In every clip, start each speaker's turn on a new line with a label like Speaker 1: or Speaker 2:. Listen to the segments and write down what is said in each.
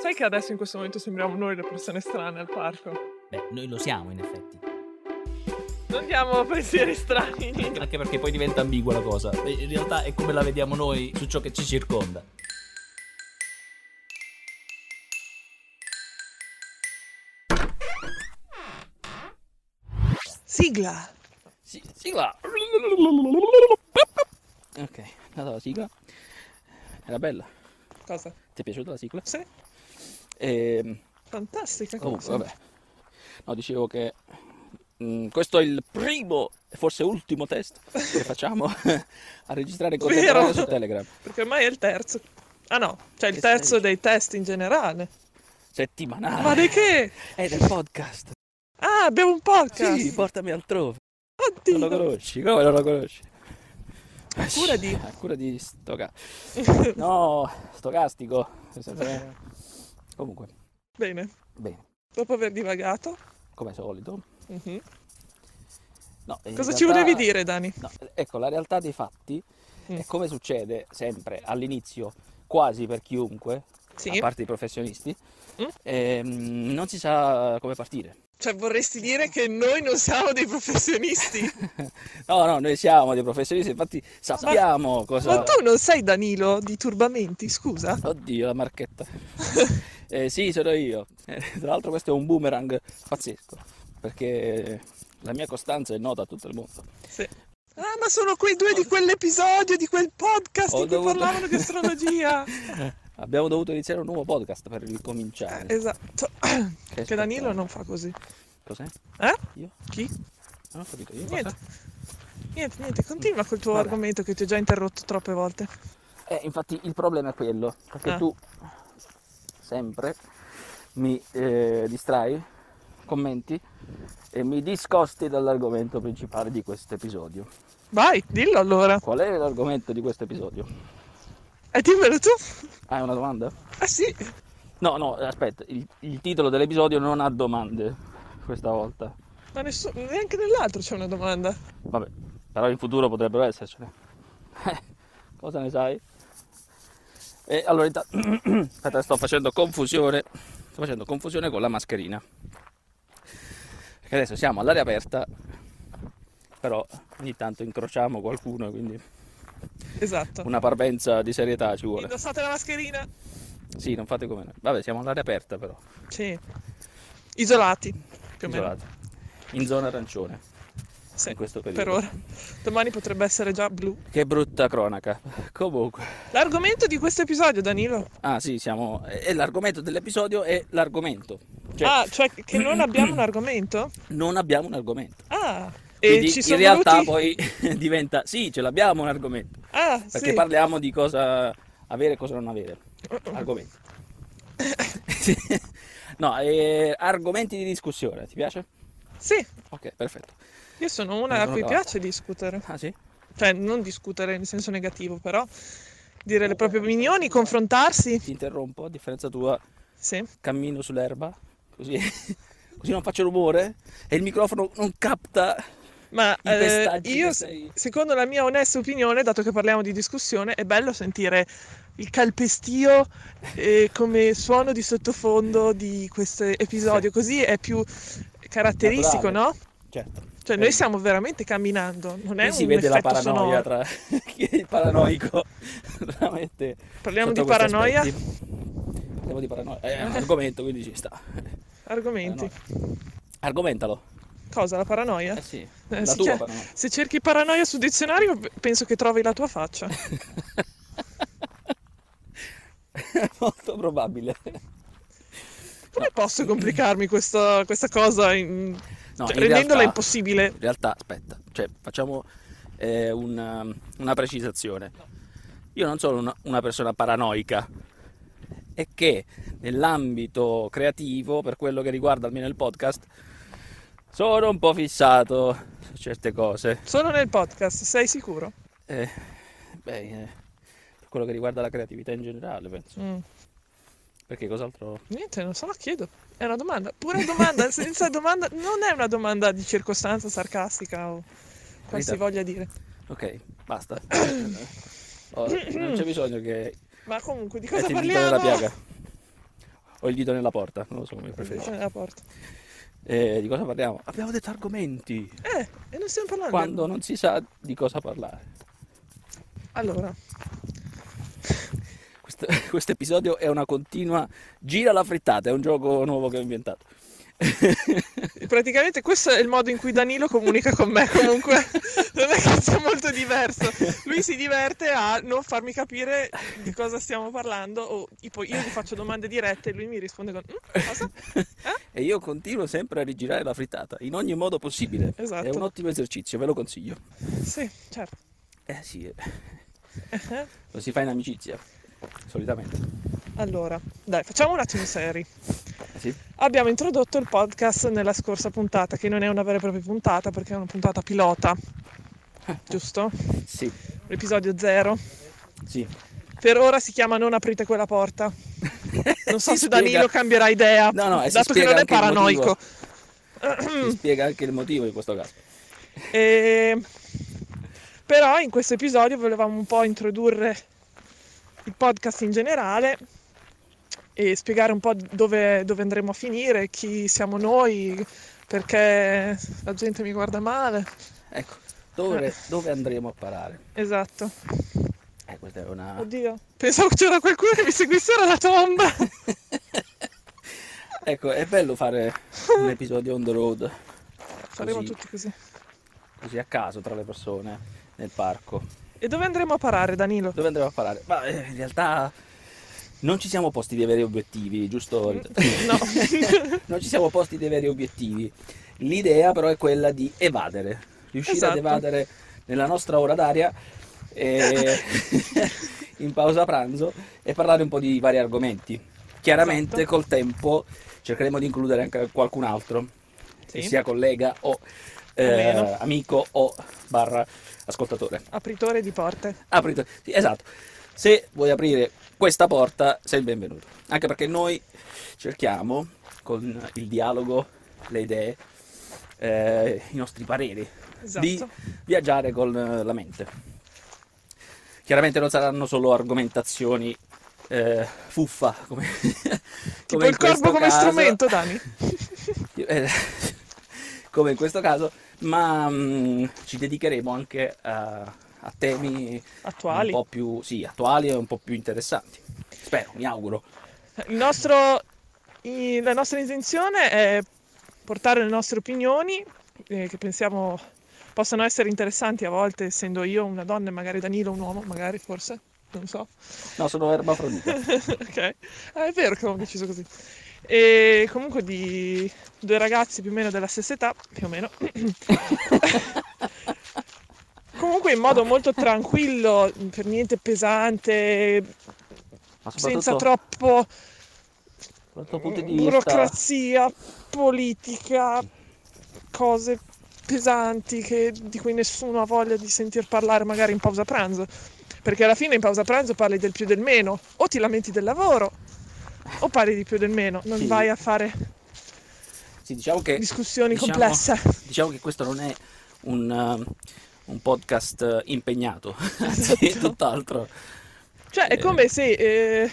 Speaker 1: sai che adesso in questo momento sembriamo noi le persone strane al parco?
Speaker 2: Beh, noi lo siamo in effetti.
Speaker 1: Non diamo pensieri strani.
Speaker 2: Anche perché poi diventa ambigua la cosa. In realtà è come la vediamo noi su ciò che ci circonda.
Speaker 3: Sigla.
Speaker 2: Sì, sigla. Ok, data la sigla. Era bella.
Speaker 1: Cosa?
Speaker 2: Ti è piaciuta la sigla?
Speaker 1: Sì,
Speaker 2: Ehm,
Speaker 1: fantastica
Speaker 2: comunque,
Speaker 1: cosa.
Speaker 2: Oh, vabbè. No, dicevo che mm, questo è il primo e forse ultimo test che facciamo a registrare contemporaneamente su Telegram.
Speaker 1: Perché ormai è il terzo. Ah no, cioè il
Speaker 2: Che
Speaker 1: terzo
Speaker 2: sei? Ah.
Speaker 1: dei test in generale.
Speaker 2: Settimanale.
Speaker 1: Ma di che?
Speaker 2: È del podcast.
Speaker 1: Ah, abbiamo un podcast.
Speaker 2: Sì, portami altrove.
Speaker 1: Oddio.
Speaker 2: Non lo conosci, come non lo conosci?
Speaker 1: cura di-
Speaker 2: A cura di stoca... No, stocastico. Sempre- Comunque,
Speaker 1: Bene,
Speaker 2: bene,
Speaker 1: dopo aver divagato.
Speaker 2: come al solito.
Speaker 1: Mhm.
Speaker 2: No, in
Speaker 1: Cosa ci
Speaker 2: realtà-
Speaker 1: volevi dire, Dani?
Speaker 2: No, ecco, la realtà dei fatti
Speaker 1: Mm.
Speaker 2: è come succede sempre all'inizio, quasi per chiunque, a
Speaker 1: Sì.
Speaker 2: parte i professionisti,
Speaker 1: Mm.
Speaker 2: ehm, non si sa come partire.
Speaker 1: Cioè, vorresti dire che noi non siamo dei professionisti?
Speaker 2: No, no, noi siamo dei professionisti, infatti sappiamo cosa...
Speaker 1: Ma tu non sei Danilo di Turbamenti, scusa?
Speaker 2: Oddio, la marchetta. Eh, sì, sono io. Eh, tra l'altro questo è un boomerang pazzesco, perché la mia costanza è nota a tutto il mondo.
Speaker 1: Sì. Ah, ma sono quei due di quell'episodio, di quel podcast
Speaker 2: Ho
Speaker 1: in cui
Speaker 2: dovuto-
Speaker 1: parlavano di astrologia. Eh,
Speaker 2: Abbiamo dovuto iniziare un nuovo podcast per ricominciare.
Speaker 1: esatto. Che Danilo
Speaker 2: spettacolo.
Speaker 1: non fa così.
Speaker 2: Cos'è?
Speaker 1: Eh?
Speaker 2: Io?
Speaker 1: Chi?
Speaker 2: Non ho capito io.
Speaker 1: Niente. Niente, niente, continua col tuo
Speaker 2: Vabbè.
Speaker 1: argomento che ti ho già interrotto troppe volte.
Speaker 2: Eh, infatti il problema è quello, perché
Speaker 1: Ah.
Speaker 2: tu sempre mi eh, distrai, commenti e mi discosti dall'argomento principale di questo episodio.
Speaker 1: Vai, dillo allora.
Speaker 2: Qual è l'argomento di questo episodio?
Speaker 1: E dimmelo tu.
Speaker 2: Ah, è una domanda?
Speaker 1: Ah sì,
Speaker 2: No, no, aspetta, il, il titolo dell'episodio non ha domande questa volta.
Speaker 1: ma nessuno, neanche nell'altro c'è una domanda.
Speaker 2: Vabbè, però in futuro potrebbero essercene. Cosa ne sai? E allora, inta- aspetta, sto facendo confusione. Sto facendo confusione con la mascherina. Perché adesso siamo all'aria aperta, però ogni tanto incrociamo qualcuno, quindi
Speaker 1: Esatto.
Speaker 2: una parvenza di serietà ci vuole.
Speaker 1: Indossate la mascherina.
Speaker 2: Sì, non fate come noi. Vabbè, siamo all'aria aperta però,
Speaker 1: Sì. Isolati, più o meno.
Speaker 2: isolati. In zona arancione,
Speaker 1: Sì,
Speaker 2: in questo periodo.
Speaker 1: per ora. Domani potrebbe essere già blu.
Speaker 2: Che brutta cronaca. Comunque.
Speaker 1: L'argomento di questo episodio, Danilo.
Speaker 2: Ah sì, siamo... E l'argomento dell'episodio è l'argomento. Cioè,
Speaker 1: Ah, cioè che non abbiamo un argomento?
Speaker 2: non abbiamo un argomento.
Speaker 1: Ah,
Speaker 2: Quindi
Speaker 1: e ci
Speaker 2: in
Speaker 1: sono
Speaker 2: realtà
Speaker 1: venuti...
Speaker 2: poi diventa... Sì, ce l'abbiamo un argomento.
Speaker 1: Ah,
Speaker 2: Perché
Speaker 1: sì.
Speaker 2: parliamo di cosa avere e cosa non avere.
Speaker 1: Uh-uh.
Speaker 2: Argomenti. Sì. no, eh, argomenti di discussione, ti piace?
Speaker 1: Sì,
Speaker 2: Ok, perfetto.
Speaker 1: io sono una a
Speaker 2: Sono
Speaker 1: cui
Speaker 2: d'accordo.
Speaker 1: piace discutere.
Speaker 2: Ah sì?
Speaker 1: Cioè, non discutere in senso negativo, però dire le proprie opinioni, confrontarsi.
Speaker 2: Ti interrompo, a differenza tua
Speaker 1: Sì.
Speaker 2: cammino sull'erba, così, così non faccio rumore e il microfono non capta.
Speaker 1: Ma
Speaker 2: I
Speaker 1: eh,
Speaker 2: pestaggi che
Speaker 1: io,
Speaker 2: sei-
Speaker 1: secondo la mia onesta opinione, dato che parliamo di discussione, è bello sentire il calpestio eh, come suono di sottofondo di questo episodio, così è più caratteristico,
Speaker 2: Naturale.
Speaker 1: no?
Speaker 2: Certo.
Speaker 1: Cioè,
Speaker 2: Eh,
Speaker 1: noi stiamo veramente camminando, non è
Speaker 2: Qui si
Speaker 1: un
Speaker 2: vede la
Speaker 1: effetto sonoro.
Speaker 2: paranoia tra chi è il paranoico. Veramente.
Speaker 1: Parliamo
Speaker 2: sotto
Speaker 1: di
Speaker 2: questi
Speaker 1: paranoia?
Speaker 2: aspetti. Parliamo di paranoia. È un argomento, quindi ci sta.
Speaker 1: Argomenti.
Speaker 2: Paranoia. Argomentalo.
Speaker 1: Cosa, la paranoia?
Speaker 2: Eh sì.
Speaker 1: Eh,
Speaker 2: la
Speaker 1: si
Speaker 2: tua
Speaker 1: chia-
Speaker 2: paranoia.
Speaker 1: Se cerchi paranoia sul dizionario, penso che trovi la tua faccia.
Speaker 2: Molto probabile.
Speaker 1: Come posso complicarmi questo- questa cosa in-
Speaker 2: No,
Speaker 1: cioè,
Speaker 2: in
Speaker 1: rendendola
Speaker 2: realtà-
Speaker 1: impossibile?
Speaker 2: In realtà, aspetta, cioè, facciamo eh, una, una precisazione. Io non sono una, una persona paranoica, è che nell'ambito creativo, per quello che riguarda almeno il podcast, sono un po' fissato su certe cose.
Speaker 1: Solo nel podcast, sei sicuro?
Speaker 2: Eh, beh, eh, per quello che riguarda la creatività in generale, penso.
Speaker 1: Mm.
Speaker 2: Perché cos'altro?
Speaker 1: Niente, non so, la chiedo. È una domanda, pure domanda, senza domanda, non è una domanda di circostanza sarcastica o qual si
Speaker 2: Rita.
Speaker 1: voglia dire.
Speaker 2: Ok, basta. Oh, non c'è bisogno che
Speaker 1: Ma comunque, di
Speaker 2: è
Speaker 1: cosa
Speaker 2: tentata la
Speaker 1: parliamo?
Speaker 2: piaga. o il dito nella porta, non lo so come preferisci.
Speaker 1: Alla porta.
Speaker 2: Eh, di cosa parliamo? Abbiamo detto argomenti,
Speaker 1: Eh, e non stiamo parlando.
Speaker 2: quando non si sa di cosa parlare.
Speaker 1: Allora,
Speaker 2: Questo questo episodio è una continua gira la frittata, è un gioco nuovo che ho inventato.
Speaker 1: praticamente questo è il modo in cui Danilo comunica con me. Comunque, non è che sia molto diverso. Lui si diverte a non farmi capire di cosa stiamo parlando. O tipo, io gli faccio domande dirette e lui mi risponde con: "Mm, Cosa?
Speaker 2: E io continuo sempre a rigirare la frittata, in ogni modo possibile.
Speaker 1: Esatto.
Speaker 2: È un ottimo esercizio, ve lo consiglio.
Speaker 1: Sì, certo.
Speaker 2: Eh sì, eh,
Speaker 1: Eh,
Speaker 2: lo si fa in amicizia, solitamente.
Speaker 1: Allora, dai, facciamo un attimo seri.
Speaker 2: Eh sì.
Speaker 1: Abbiamo introdotto il podcast nella scorsa puntata, che non è una vera e propria puntata perché è una puntata pilota. Giusto?
Speaker 2: Sì,
Speaker 1: L'episodio zero.
Speaker 2: sì.
Speaker 1: Per ora si chiama Non aprite quella porta. Non so se
Speaker 2: Si spiega-
Speaker 1: Danilo cambierà idea,
Speaker 2: No, no, e si
Speaker 1: dato che
Speaker 2: spiega
Speaker 1: non è
Speaker 2: anche il
Speaker 1: paranoico. Mm.
Speaker 2: Si spiega anche il motivo in questo caso.
Speaker 1: E- Ehm, Però in questo episodio volevamo un po' introdurre il podcast in generale e spiegare un po' dove, dove andremo a finire, chi siamo noi, perché la gente mi guarda male.
Speaker 2: Ecco,
Speaker 1: Eh.
Speaker 2: dove, dove andremo a parare?
Speaker 1: Esatto.
Speaker 2: Eh, questa è una...
Speaker 1: Oddio, pensavo che c'era qualcuno che mi seguisse dalla tomba.
Speaker 2: Ecco, è bello fare un episodio on the road,
Speaker 1: Saremo
Speaker 2: Così.
Speaker 1: tutti così.
Speaker 2: così a caso tra le persone, nel parco.
Speaker 1: E dove andremo a parare, Danilo?
Speaker 2: Dove andremo a parare? Ma eh, in realtà non ci siamo posti dei veri obiettivi, giusto?
Speaker 1: No.
Speaker 2: non ci siamo posti dei veri obiettivi. L'idea però è quella di evadere, riuscire ad
Speaker 1: Esatto.
Speaker 2: evadere nella nostra ora d'aria e- in pausa pranzo e parlare un po' di vari argomenti. Chiaramente
Speaker 1: Esatto.
Speaker 2: col tempo cercheremo di includere anche qualcun altro, che
Speaker 1: Sì.
Speaker 2: sia collega o eh,
Speaker 1: Almeno.
Speaker 2: amico o barra ascoltatore.
Speaker 1: Apritore di porte.
Speaker 2: Aprite. Sì, esatto. Se vuoi aprire questa porta, sei il benvenuto. Anche perché noi cerchiamo con il dialogo, le idee, eh, i nostri pareri,
Speaker 1: Esatto.
Speaker 2: di viaggiare con eh, la mente. Chiaramente non saranno solo argomentazioni eh, fuffa, come,
Speaker 1: Tipo il corpo come strumento, Dani.
Speaker 2: eh, come in questo caso, ma mm, ci dedicheremo anche a, a temi
Speaker 1: Attuali.
Speaker 2: un po' più sì, attuali e un po' più interessanti. Spero, mi auguro.
Speaker 1: Il nostro, i- la nostra intenzione è portare le nostre opinioni eh, che pensiamo possano essere interessanti a volte, essendo io una donna e magari Danilo un uomo, magari forse, non so.
Speaker 2: No, sono ermafrodita.
Speaker 1: ok, Ah, è vero che avevo deciso così. E comunque di due ragazzi più o meno della stessa età, più o meno. comunque in modo molto tranquillo, per niente pesante,
Speaker 2: Ma
Speaker 1: senza
Speaker 2: soprattutto
Speaker 1: troppo
Speaker 2: dal tuo punto di vista,
Speaker 1: burocrazia, politica, cose pesanti che- di cui nessuno ha voglia di sentir parlare magari in pausa pranzo. Perché alla fine in pausa pranzo parli del più e del meno, o ti lamenti del lavoro, o parli di più e del meno, non
Speaker 2: Sì.
Speaker 1: vai a fare
Speaker 2: sì, diciamo che
Speaker 1: discussioni
Speaker 2: diciamo-
Speaker 1: complesse.
Speaker 2: diciamo che questo non è un, um, un podcast eh, impegnato, anzi,
Speaker 1: Esatto.
Speaker 2: tutt'altro.
Speaker 1: Cioè è
Speaker 2: eh.
Speaker 1: come se eh,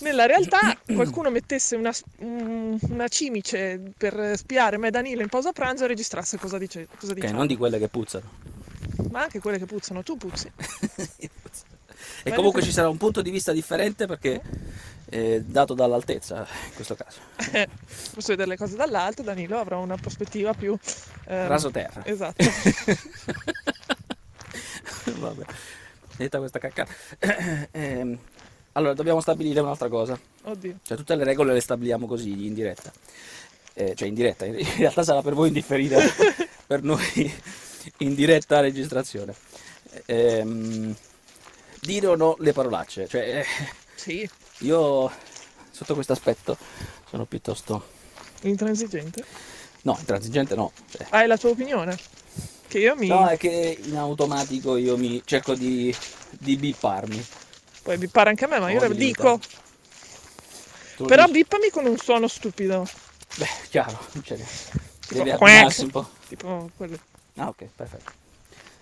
Speaker 1: nella realtà qualcuno mettesse una, s- un- una cimice per spiare me e Danilo in pausa pranzo e registrasse cosa, dice, cosa
Speaker 2: Ok,
Speaker 1: diciamo.
Speaker 2: non di quelle che puzzano.
Speaker 1: Ma anche quelle che puzzano, tu puzzi.
Speaker 2: E comunque ci sarà un punto di vista differente perché eh, dato dall'altezza in questo caso.
Speaker 1: Eh, posso vedere le cose dall'alto, Danilo avrà una prospettiva più... ehm,
Speaker 2: Raso terra.
Speaker 1: Esatto.
Speaker 2: Vabbè. Detta questa caccata. Ehm, allora, dobbiamo stabilire un'altra cosa.
Speaker 1: Oddio.
Speaker 2: Cioè, tutte le regole le stabiliamo così, in diretta. Eh, cioè, in diretta. In in realtà sarà per voi in differita, per noi in diretta registrazione. Ehm, dire o no le parolacce. Cioè, eh,
Speaker 1: Sì,
Speaker 2: io sotto questo aspetto sono piuttosto...
Speaker 1: intransigente.
Speaker 2: No, intransigente no. Cioè,
Speaker 1: Ah, è la tua opinione? Che io mi...
Speaker 2: no, eh. è che in automatico io mi cerco di, di bipparmi.
Speaker 1: Poi bippare anche a me, ma io
Speaker 2: No,
Speaker 1: lo
Speaker 2: di
Speaker 1: dico.
Speaker 2: verità. Tu lo
Speaker 1: Però
Speaker 2: dici?
Speaker 1: bippami con un suono stupido.
Speaker 2: Beh, chiaro, cioè, devi
Speaker 1: quack.
Speaker 2: attivarsi un po'.
Speaker 1: Tipo quello...
Speaker 2: Ah, ok, perfetto.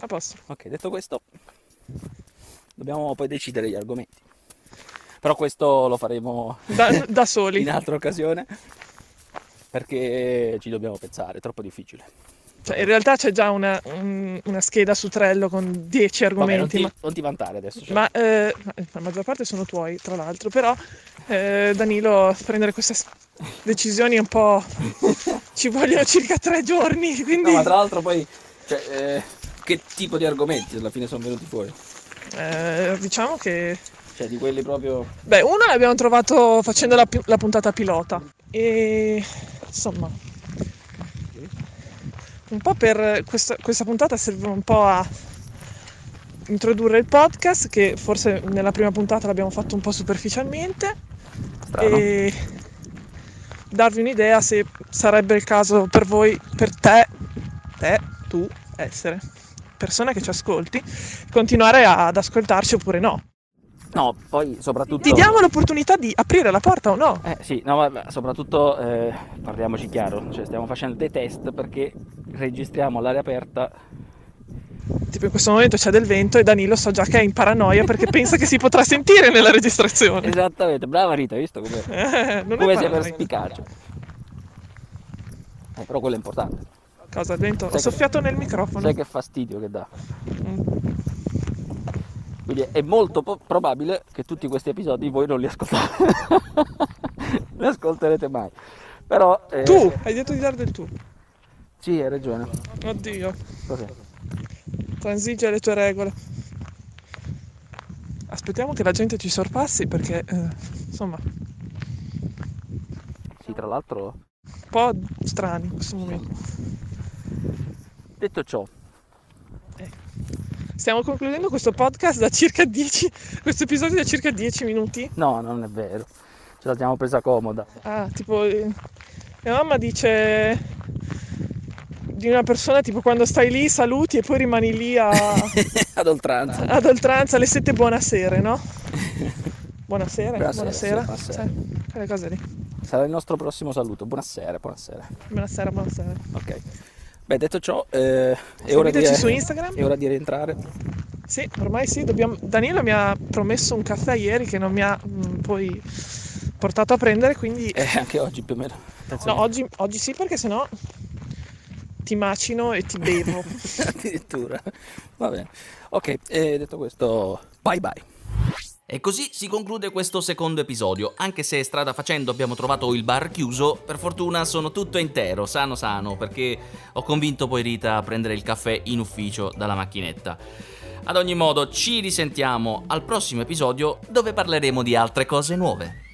Speaker 1: A posto.
Speaker 2: Ok, detto questo, dobbiamo poi decidere gli argomenti. Però questo lo faremo
Speaker 1: da, da soli.
Speaker 2: in altra occasione perché ci dobbiamo pensare, è troppo difficile.
Speaker 1: Cioè, in realtà c'è già una, un- una scheda su Trello con 10
Speaker 2: Vabbè, non,
Speaker 1: argomenti.
Speaker 2: ti,
Speaker 1: ma-
Speaker 2: non ti vantare adesso. cioè.
Speaker 1: Ma eh, ma la maggior parte sono tuoi, tra l'altro, però eh, Danilo, prendere queste s- decisioni è un po'... ci vogliono circa tre giorni,
Speaker 2: No,
Speaker 1: quindi...
Speaker 2: ma tra l'altro poi... cioè, eh, che tipo di argomenti alla fine sono venuti fuori?
Speaker 1: eh, diciamo che...
Speaker 2: Cioè di quelli proprio...
Speaker 1: Beh, uno l'abbiamo trovato facendo la, pi- la puntata pilota e insomma, un po' per questa, questa puntata serve un po' a introdurre il podcast che forse nella prima puntata l'abbiamo fatto un po' superficialmente
Speaker 2: Strano.
Speaker 1: e darvi un'idea se sarebbe il caso per voi, per te, te, tu, essere persona che ci ascolti, continuare ad ascoltarci oppure no.
Speaker 2: No, poi soprattutto...
Speaker 1: Ti diamo l'opportunità di aprire la porta o no?
Speaker 2: Eh sì, no, ma soprattutto eh, parliamoci chiaro, cioè stiamo facendo dei test perché registriamo all'aria aperta.
Speaker 1: Tipo in questo momento c'è del vento e Danilo so già che è in paranoia perché pensa che si potrà sentire nella registrazione.
Speaker 2: Esattamente, brava Rita, hai visto come,
Speaker 1: Eh, non
Speaker 2: come
Speaker 1: è
Speaker 2: sei
Speaker 1: paranoia.
Speaker 2: perspicace? Eh, però quello è importante.
Speaker 1: Cosa, il vento? Ho
Speaker 2: Sai che-
Speaker 1: soffiato nel microfono.
Speaker 2: Sai che fastidio che dà.
Speaker 1: Mm.
Speaker 2: Quindi è molto po- probabile che tutti questi episodi voi non li ascoltate. li ascolterete mai. Però... eh,
Speaker 1: Tu, hai detto di dare del tu.
Speaker 2: Sì, hai ragione.
Speaker 1: Oddio,
Speaker 2: Cos'è?
Speaker 1: transige le tue regole. Aspettiamo che la gente ci sorpassi perché, eh, insomma, un
Speaker 2: Sì, tra l'altro...
Speaker 1: po' strani in questo momento.
Speaker 2: Detto ciò,
Speaker 1: Stiamo concludendo questo podcast da circa 10, questo episodio da circa 10 minuti.
Speaker 2: no, non è vero. Ce la siamo presa comoda.
Speaker 1: Ah, tipo, eh, mia mamma dice di una persona tipo quando stai lì saluti e poi rimani lì a-
Speaker 2: Ad oltranza.
Speaker 1: ad oltranza alle 7 buonasera, no? Buonasera,
Speaker 2: Buonasera,
Speaker 1: buonasera,
Speaker 2: sì, buonasera.
Speaker 1: Sì, quelle cose lì.
Speaker 2: Sarà il nostro prossimo saluto. Buonasera, buonasera.
Speaker 1: Buonasera, buonasera.
Speaker 2: Ok. Beh, detto ciò, eh, è, ora di,
Speaker 1: Seguiteci su Instagram.
Speaker 2: è ora di rientrare.
Speaker 1: Sì, ormai sì, dobbiamo... Danilo mi ha promesso un caffè ieri che non mi ha mm, poi portato a prendere, quindi...
Speaker 2: Eh, anche oggi più o meno. Penso
Speaker 1: No, oggi, oggi sì perché sennò ti macino e ti bevo.
Speaker 2: che- Addirittura. Va bene. Ok, eh, detto questo, bye bye.
Speaker 3: E così si conclude questo secondo episodio, anche se strada facendo abbiamo trovato il bar chiuso, per fortuna sono tutto intero, sano sano, perché ho convinto poi Rita a prendere il caffè in ufficio dalla macchinetta. Ad ogni modo ci risentiamo al prossimo episodio dove parleremo di altre cose nuove.